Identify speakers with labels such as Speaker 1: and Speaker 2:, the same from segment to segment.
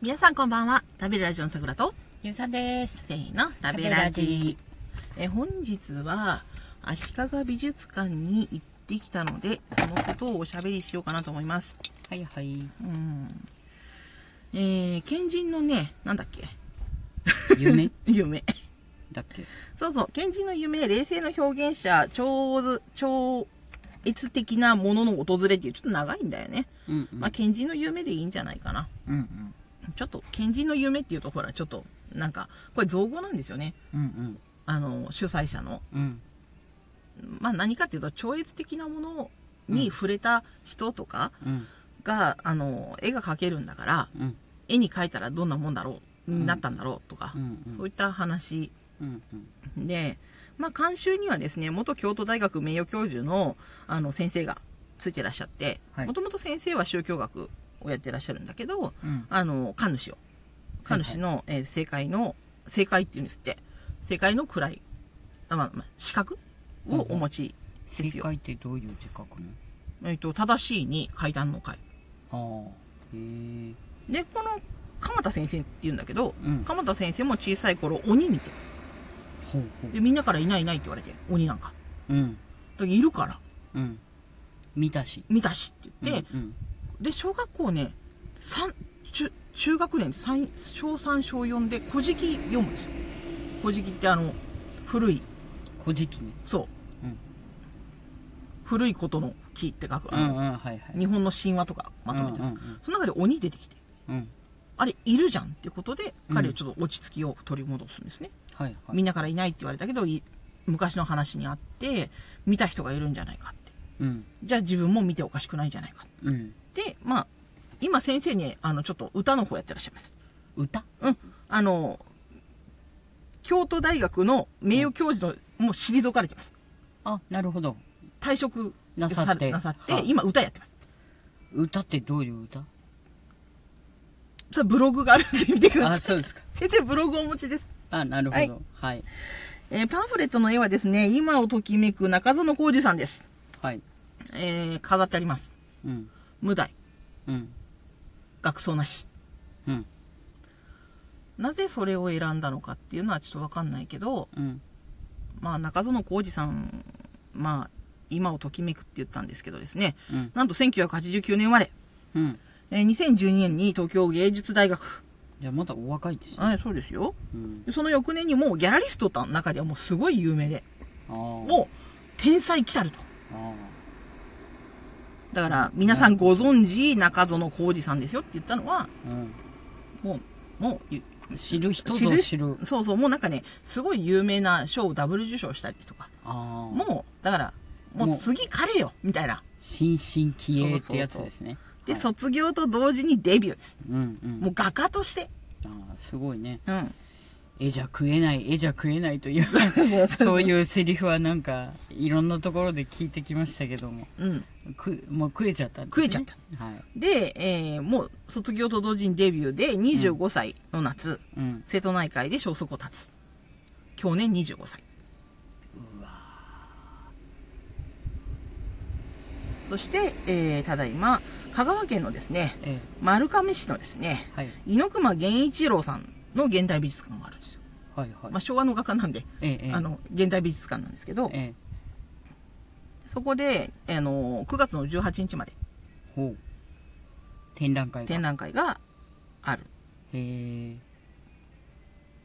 Speaker 1: 皆さんこんばんは。食べるラジオの桜と、
Speaker 2: ゆうさんです。
Speaker 1: せーの、食べラジ。え、本日は、足利美術館に行ってきたので、そのことをおしゃべりしようかなと思います。
Speaker 2: は いはい。
Speaker 1: うん。えー、賢人のね、なんだっけ
Speaker 2: 夢
Speaker 1: 夢。
Speaker 2: だっけ
Speaker 1: そうそう、賢人の夢、冷静の表現者、超、超越的なものの訪れっていう、ちょっと長いんだよね。
Speaker 2: うん、う ん。
Speaker 1: まあ、賢人の夢でいいんじゃないかな。
Speaker 2: うんうん。
Speaker 1: ちょっと、賢人の夢っていうと、ほら、ちょっと、なんか、これ造語なんですよね。
Speaker 2: うん
Speaker 1: あの、主催者の。
Speaker 2: うん。うん。
Speaker 1: まあ、何かっていうと、超越的なもの
Speaker 2: う
Speaker 1: に
Speaker 2: ん
Speaker 1: 触れた人とか
Speaker 2: うん。
Speaker 1: が、あの、絵が描けるんだから、
Speaker 2: うん。
Speaker 1: 絵に描いたらどんなもんだろう、
Speaker 2: ん
Speaker 1: になったんだろうとか
Speaker 2: う、ん。
Speaker 1: そういった話
Speaker 2: うん。うん。
Speaker 1: で、まあ、監修にはですね、元京都大学名誉教授の、あの、先生がついてらっしゃって、
Speaker 2: はい
Speaker 1: もともと先生は宗教学をやってらっしゃるんだけど、
Speaker 2: うん。
Speaker 1: あの、神主を。神主の、えー正解の、正解っていうんですって、正解の位、あまあ、まあ、資格をお持ちで
Speaker 2: 正
Speaker 1: すよ。
Speaker 2: 解ってどういう字書くの
Speaker 1: えっ、と、正しいに階段の階。
Speaker 2: ああ。へえ。
Speaker 1: で、この、鎌田先生って言うんだけど、
Speaker 2: うん。
Speaker 1: 鎌田先生も小さい頃鬼見て、
Speaker 2: ほうほ
Speaker 1: で、みんなからいないいないって言われて、鬼なんか。
Speaker 2: う。うん。
Speaker 1: だからいるから、
Speaker 2: うん。見たし。
Speaker 1: 見たしって言って、
Speaker 2: うん。
Speaker 1: で、小学校ね、三、中、中学年、三、小3、小4で、古事記読むんですよ。古事記ってあの、古い、
Speaker 2: 古事記ね。
Speaker 1: そう。
Speaker 2: うん
Speaker 1: 古いことの木って書く、
Speaker 2: う
Speaker 1: あ
Speaker 2: んうん。
Speaker 1: の
Speaker 2: はいはい。
Speaker 1: 日本の神話とかまとめてる、
Speaker 2: うん
Speaker 1: その中で鬼出てきて、
Speaker 2: うん。うん。
Speaker 1: あれ、いるじゃんってことで、
Speaker 2: うん
Speaker 1: 彼はちょっと落ち着きを取り戻すんですね。
Speaker 2: はいはい。
Speaker 1: みんなからいないって言われたけど、い昔の話にあって、見た人がいるんじゃないかって。
Speaker 2: うん。
Speaker 1: じゃあ自分も見ておかしくないんじゃないか
Speaker 2: うん。
Speaker 1: で、まあ、今先生に、あの、ちょっと歌の方やってらっしゃいます。
Speaker 2: 歌
Speaker 1: あの、京都大学の名誉教授の、もう退かれてます。
Speaker 2: あ、なるほど。
Speaker 1: 退職
Speaker 2: なさって
Speaker 1: なさっ
Speaker 2: は
Speaker 1: て
Speaker 2: い、
Speaker 1: 今歌やってます。
Speaker 2: 歌ってどういう歌
Speaker 1: さあ、ブログがあるんで見てくだ
Speaker 2: あ、
Speaker 1: さ
Speaker 2: そ
Speaker 1: い。
Speaker 2: うですか。
Speaker 1: 先生、ブログをお持ちです。
Speaker 2: あ、なるほど。はい。
Speaker 1: えーパンフレットの絵はですね、今をときめく中園浩二さんです。
Speaker 2: はい。
Speaker 1: えー飾ってあります。
Speaker 2: うん。
Speaker 1: 無題、
Speaker 2: うん。
Speaker 1: 学装なし。
Speaker 2: うん。
Speaker 1: なぜそれを選んだのかっていうのはちょっとわかんないけど、
Speaker 2: うん。
Speaker 1: まあ、中園浩二さん、まあ、今をときめくって言ったんですけどですね、
Speaker 2: うん。
Speaker 1: なんと1989年生まれ、
Speaker 2: うん。
Speaker 1: えー2012年に東京芸術大学。
Speaker 2: じゃあまだお若いですね。
Speaker 1: はい、そうですよ。
Speaker 2: うん。
Speaker 1: でその翌年にもうギャラリストの中ではもうすごい有名で、
Speaker 2: ああ。
Speaker 1: もう天才来たると。
Speaker 2: あ
Speaker 1: だから、皆さんご存知、中園浩二さんですよって言ったのは、
Speaker 2: あ。うん。
Speaker 1: もう、もうゆ、
Speaker 2: 知る人
Speaker 1: 知
Speaker 2: ぞ
Speaker 1: る
Speaker 2: 知る。
Speaker 1: そうそう、もうなんかね、すごい有名な賞をダブル受賞したりとか、
Speaker 2: ああ。
Speaker 1: もう、だから、も
Speaker 2: も
Speaker 1: う
Speaker 2: う
Speaker 1: 次彼よ、みたいな。
Speaker 2: 新進気鋭ってやつですね。
Speaker 1: で、
Speaker 2: はい
Speaker 1: 卒業と同時にデビューです。
Speaker 2: うんうん。
Speaker 1: もう画家として。
Speaker 2: ああ、すごいね。
Speaker 1: うん。
Speaker 2: 絵じゃ食えない、絵じゃ食えない という
Speaker 1: そう
Speaker 2: そういうセリフはなんか、いろんなところで聞いてきましたけども。
Speaker 1: うん。
Speaker 2: く、もう食えちゃったんで
Speaker 1: 食
Speaker 2: すね、
Speaker 1: えちゃった。
Speaker 2: はい。
Speaker 1: で、えー、もう卒業と同時にデビューで、25歳の夏、
Speaker 2: うん。
Speaker 1: 瀬戸内海で消息を絶つ。去年25歳。
Speaker 2: うわ
Speaker 1: そして、えー、ただいま、香川県のですね、
Speaker 2: え
Speaker 1: 丸亀市のですね
Speaker 2: え、はい。
Speaker 1: 猪熊源一郎さんの現代美術館があるんですよ。
Speaker 2: はいはい。
Speaker 1: まあ、昭和の画家なんで、
Speaker 2: ええええ
Speaker 1: あ、の、現代美術館なんですけど、
Speaker 2: ええ
Speaker 1: そこで、あの、9月の18日まで
Speaker 2: ほう。展覧会が。
Speaker 1: 展覧会がある
Speaker 2: へ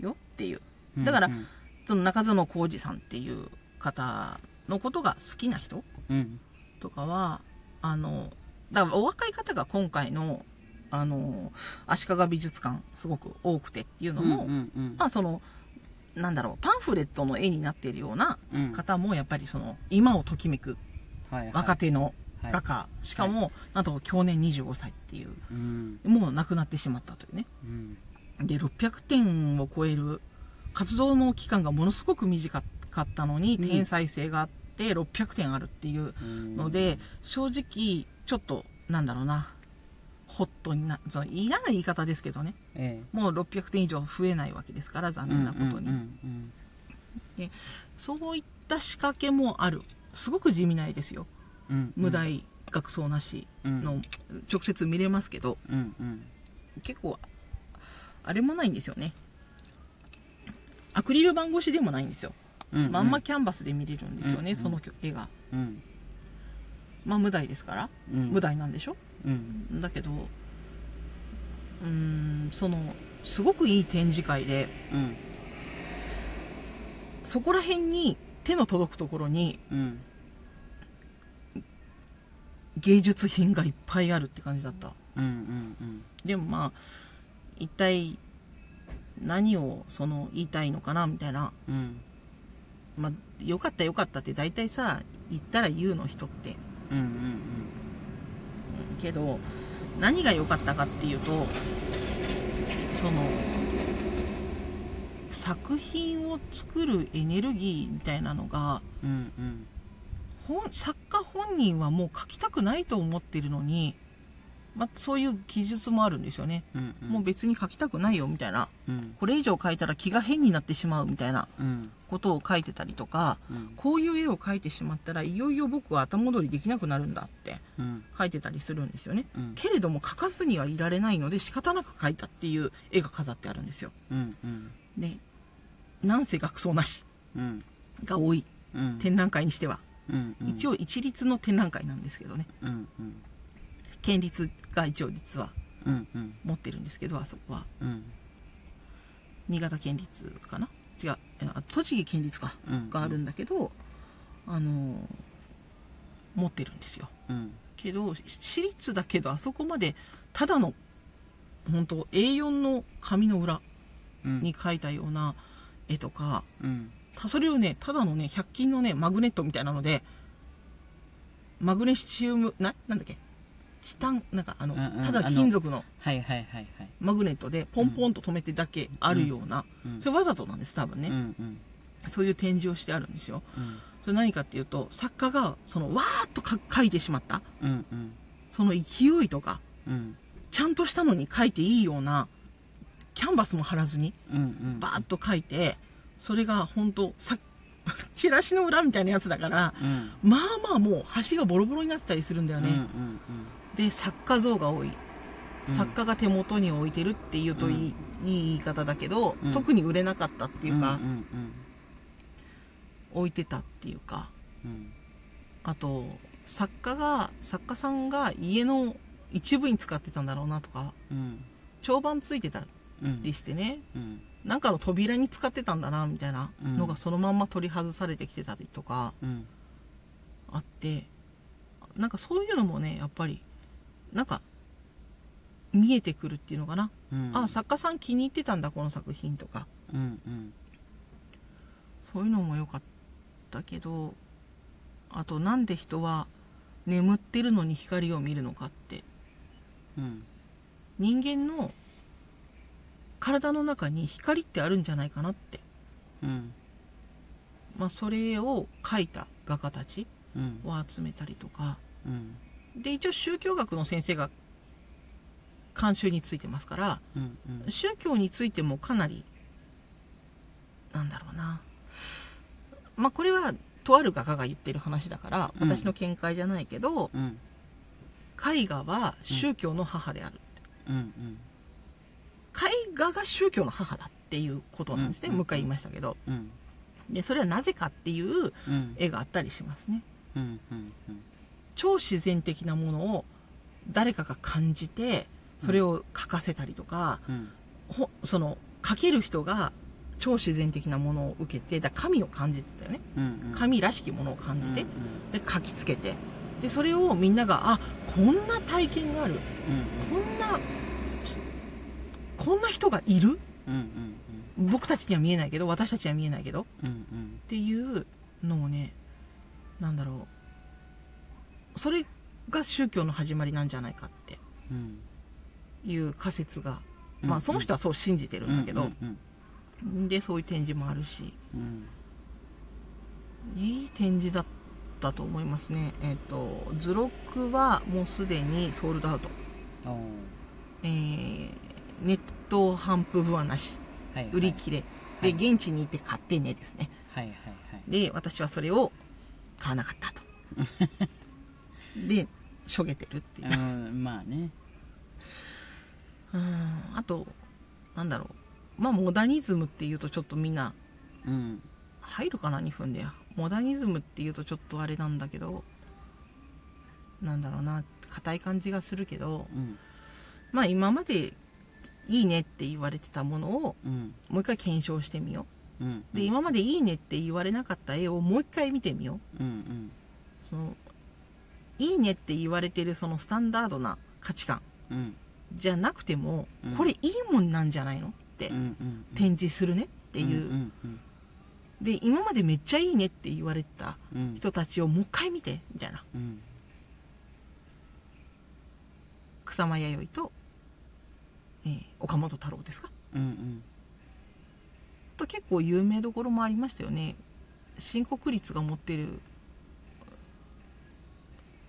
Speaker 1: よっていう。
Speaker 2: え。
Speaker 1: だから
Speaker 2: うん
Speaker 1: その中園浩二さんっていう方のことが好きな人
Speaker 2: うん。
Speaker 1: とかは、あの、だからお若い方が今回の、あの、足利美術館すごく多くてっていう
Speaker 2: うん。
Speaker 1: のも、
Speaker 2: うんうん
Speaker 1: まあその、なんだろう、パンフレットの絵になっているような
Speaker 2: うん。
Speaker 1: 方もやっぱりその、今をときめく
Speaker 2: はいはい
Speaker 1: 若手の
Speaker 2: はい
Speaker 1: 画家、しかも、なんと去年25歳っていう、
Speaker 2: うん。
Speaker 1: もう亡くなってしまったというね。
Speaker 2: うん。
Speaker 1: で、600点を超える、活動の期間がものすごく短かったのに、
Speaker 2: うん
Speaker 1: 天才性があって600点あるっていうので、正直、ちょっと、なんだろうな、ホットにな、その嫌な言い方ですけどね、
Speaker 2: うん、ええ
Speaker 1: もう600点以上増えないわけですから、残念なことに。
Speaker 2: うんうん
Speaker 1: そういった仕掛けもある。すごく地味ないですよ。
Speaker 2: うんうん、
Speaker 1: 無題、学装なし
Speaker 2: の
Speaker 1: の、直接見れますけど、
Speaker 2: うんうん
Speaker 1: 結構、あれもないんですよねアクリル板越しでもないんですよ、
Speaker 2: うんうん
Speaker 1: まんまキャンバスで見れるんですよね、
Speaker 2: うんうん
Speaker 1: その絵が
Speaker 2: うん
Speaker 1: まあ無題ですから、
Speaker 2: うん
Speaker 1: 無題なんでしょ
Speaker 2: うん
Speaker 1: だけどうーんそのすごくいい展示会で
Speaker 2: うん
Speaker 1: そこら辺に手の届くところに
Speaker 2: うん
Speaker 1: 芸術品がいっぱいあるって感じだった
Speaker 2: うんうん
Speaker 1: でもまあ一体何をその言いたいのかなみたいな
Speaker 2: うんうん
Speaker 1: まあよかったよかったって大体さ言ったら言うの人って
Speaker 2: うんうん
Speaker 1: うんけど何が良かったかっていうとその作品を作るエネルギーみたいなのが
Speaker 2: うんうんうん
Speaker 1: 本作家本人はもう書きたくないと思ってるのに、まあ、そういう記述もあるんですよね、
Speaker 2: うんうん
Speaker 1: もう別に書きたくないよみたいな
Speaker 2: うん
Speaker 1: これ以上書いたら気が変になってしまうみたいな
Speaker 2: うん
Speaker 1: ことを書いてたりとか
Speaker 2: うん
Speaker 1: こういう絵を描いてしまったらいよいよ僕は後戻りできなくなるんだって
Speaker 2: うん
Speaker 1: 書いてたりするんですよね
Speaker 2: うん
Speaker 1: けれども書かずにはいられないので仕方なく描いたっていう絵が飾ってあるんですよ。
Speaker 2: うんうん
Speaker 1: で、なんせ学装なし
Speaker 2: うん
Speaker 1: が多い
Speaker 2: うん
Speaker 1: 展覧会にしては、
Speaker 2: うんうん
Speaker 1: 一応一律の展覧会なんですけどね、
Speaker 2: うんうん
Speaker 1: 県立が一応実は
Speaker 2: うんうん
Speaker 1: 持ってるんですけど、あそこは、
Speaker 2: うん
Speaker 1: 新潟県立かな違う、あ栃木県立か、
Speaker 2: うん
Speaker 1: があるんだけど、あのー持ってるんですよ。
Speaker 2: うん
Speaker 1: けど、私立だけどあそこまで、ただの、本当 A4 の紙の裏
Speaker 2: うん
Speaker 1: に描いたような絵とか、
Speaker 2: うん
Speaker 1: たそれをね、ただのね、100均のね、マグネットみたいなので、マグネシウム、な、なんだっけ、チタン、なんかあの、
Speaker 2: うんうん
Speaker 1: ただ金属の
Speaker 2: はいはいはいはい
Speaker 1: マグネットでポンポンと止めてだけあるような、
Speaker 2: うん
Speaker 1: それわざとなんです、多分
Speaker 2: う
Speaker 1: ね。
Speaker 2: んうん
Speaker 1: そういう展示をしてあるんですよ。
Speaker 2: うん
Speaker 1: それ何かっていうと、作家が、その、わーっとか書いてしまった、
Speaker 2: うんうん
Speaker 1: その勢いとか、
Speaker 2: うん
Speaker 1: ちゃんとしたのに書いていいような、キャンバスも張らずに、
Speaker 2: うんうん
Speaker 1: バーッと書いて、それが本当さ、 チラシの裏みたいなやつだから、
Speaker 2: うん
Speaker 1: まあまあもう端がボロボロになってたりするんだよ
Speaker 2: うん
Speaker 1: ね。で、作家像が多い。
Speaker 2: うん
Speaker 1: 作家が手元に置いてるっていうといい,、いい言い方だけど、
Speaker 2: うん
Speaker 1: 特に売れなかったっていうか、
Speaker 2: うんうん
Speaker 1: 置いてたっていうか、
Speaker 2: うん
Speaker 1: あと、作家が、作家さんが家の一部に使ってたんだろうなとか、
Speaker 2: うん
Speaker 1: 長板ついてた
Speaker 2: うん
Speaker 1: りしてね、
Speaker 2: うん
Speaker 1: なんかの扉に使ってたんだなみたいなのがそのまんま取り外されてきてたりとか
Speaker 2: うん
Speaker 1: あってなんかそういうのもねやっぱりなんか見えてくるっていうのかな、
Speaker 2: うん
Speaker 1: あ作家さん気に入ってたんだこの作品とか
Speaker 2: うんうん
Speaker 1: そういうのも良かったけどあとなんで人は眠ってるのに光を見るのかって
Speaker 2: うん
Speaker 1: 人間の体の中に光ってあるんじゃないかなって、
Speaker 2: うん
Speaker 1: まあ、それを描いた画家たち
Speaker 2: うん
Speaker 1: を集めたりとか
Speaker 2: うん
Speaker 1: で一応宗教学の先生が監修についてますから
Speaker 2: うんうん
Speaker 1: 宗教についてもかなりなんだろうなまあこれはとある画家が言ってる話だから
Speaker 2: うん
Speaker 1: 私の見解じゃないけど、
Speaker 2: うん
Speaker 1: 絵画は宗教の母である、
Speaker 2: うん
Speaker 1: 絵画が宗教の母だっていうことなんですね、
Speaker 2: うん
Speaker 1: もう一回言いましたけど
Speaker 2: うんうん
Speaker 1: でそれはなぜかっていう
Speaker 2: うん
Speaker 1: 絵があったりしますね
Speaker 2: うんうんうん
Speaker 1: 超自然的なものを誰かが感じてそれを描かせたりとか、
Speaker 2: うん
Speaker 1: ほその書ける人が超自然的なものを受けてだから神を感じてたよね
Speaker 2: うん
Speaker 1: 神らしきものを感じて
Speaker 2: うん
Speaker 1: で書きつけてでそれをみんながあこんな体験があるこんなこんな人がいる
Speaker 2: うんうん
Speaker 1: 僕たちには見えないけど私たちには見えないけどっ
Speaker 2: うんうんうん
Speaker 1: ていうのをねなんだろうそれが宗教の始まりなんじゃないかって
Speaker 2: うん
Speaker 1: いう仮説が、
Speaker 2: うん
Speaker 1: まあその人はそう信じてるんだけど、
Speaker 2: うん
Speaker 1: でそういう展示もあるし
Speaker 2: うん
Speaker 1: いい展示だったと思いますね。えっ、と、図録はもうすでにソールドアウト。
Speaker 2: おー
Speaker 1: えー、ネット販布分はなし。
Speaker 2: はいはい
Speaker 1: 売り切れ。
Speaker 2: はい
Speaker 1: で、現地に行って買ってねですね。
Speaker 2: はいはいはい
Speaker 1: で、私はそれを買わなかったと。 で、しょげてるっていう。
Speaker 2: うんまあね
Speaker 1: うん、あと、なんだろうまあモダニズムっていうとちょっとみんな
Speaker 2: うん
Speaker 1: 入るかな2分でやモダニズムっていうとちょっとあれなんだけどなんだろうな硬い感じがするけど
Speaker 2: うん
Speaker 1: まあ今までいいねって言われてたものを
Speaker 2: うん
Speaker 1: もう一回検証してみよ
Speaker 2: うん
Speaker 1: うで今までいいねって言われなかった絵をもう一回見てみよう
Speaker 2: うん
Speaker 1: そのいいねって言われてるそのスタンダードな価値観
Speaker 2: うんうん
Speaker 1: じゃなくても、
Speaker 2: うん
Speaker 1: これいいもんなんじゃないのって
Speaker 2: うんうん
Speaker 1: 展示するねっていう、
Speaker 2: うんうん
Speaker 1: で今までめっちゃいいねって言われてた
Speaker 2: うん
Speaker 1: 人たちをもう一回見てみたいな
Speaker 2: うん
Speaker 1: 草間彌生と、えー岡本太郎ですか
Speaker 2: うんうん
Speaker 1: あと結構有名どころもありましたよね新国立が持ってる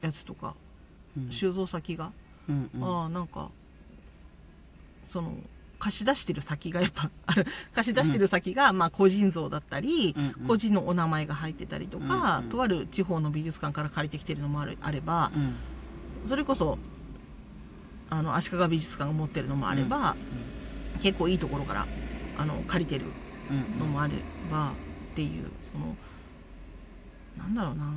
Speaker 1: やつとか
Speaker 2: うん
Speaker 1: 収蔵先が、
Speaker 2: うんうん
Speaker 1: ああなんかその貸し出してる先がやっぱ ある貸し出してる先が、まあ個人像だったり、
Speaker 2: うんうん
Speaker 1: 個人のお名前が入ってたりとか、
Speaker 2: うんうん
Speaker 1: とある地方の美術館から借りてきてるのもあるあれば
Speaker 2: う、ん
Speaker 1: それこそあの足利美術館が持ってるのもあれば、結構いいところからあの借りてる
Speaker 2: うんうん
Speaker 1: のもあればっていうそのなんだろうな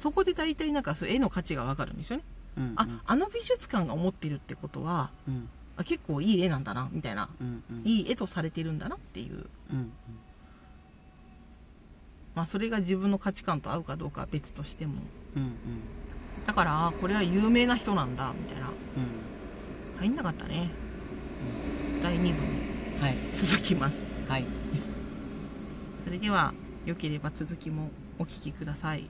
Speaker 1: そこで大体なんかそう絵の価値がわかるんですよね。
Speaker 2: うん
Speaker 1: ああの美術館が思ってるってことは
Speaker 2: うん
Speaker 1: あ結構いい絵なんだなみたいな
Speaker 2: うんうん
Speaker 1: いい絵とされてるんだなっていう、
Speaker 2: うん
Speaker 1: まあ、それが自分の価値観と合うかどうかは別としても
Speaker 2: うんうん
Speaker 1: だからあこれは有名な人なんだみたいな
Speaker 2: うん
Speaker 1: 入んなかったね第2部に
Speaker 2: うんはい
Speaker 1: 続きます
Speaker 2: はい
Speaker 1: それでは良ければ続きもお聞きください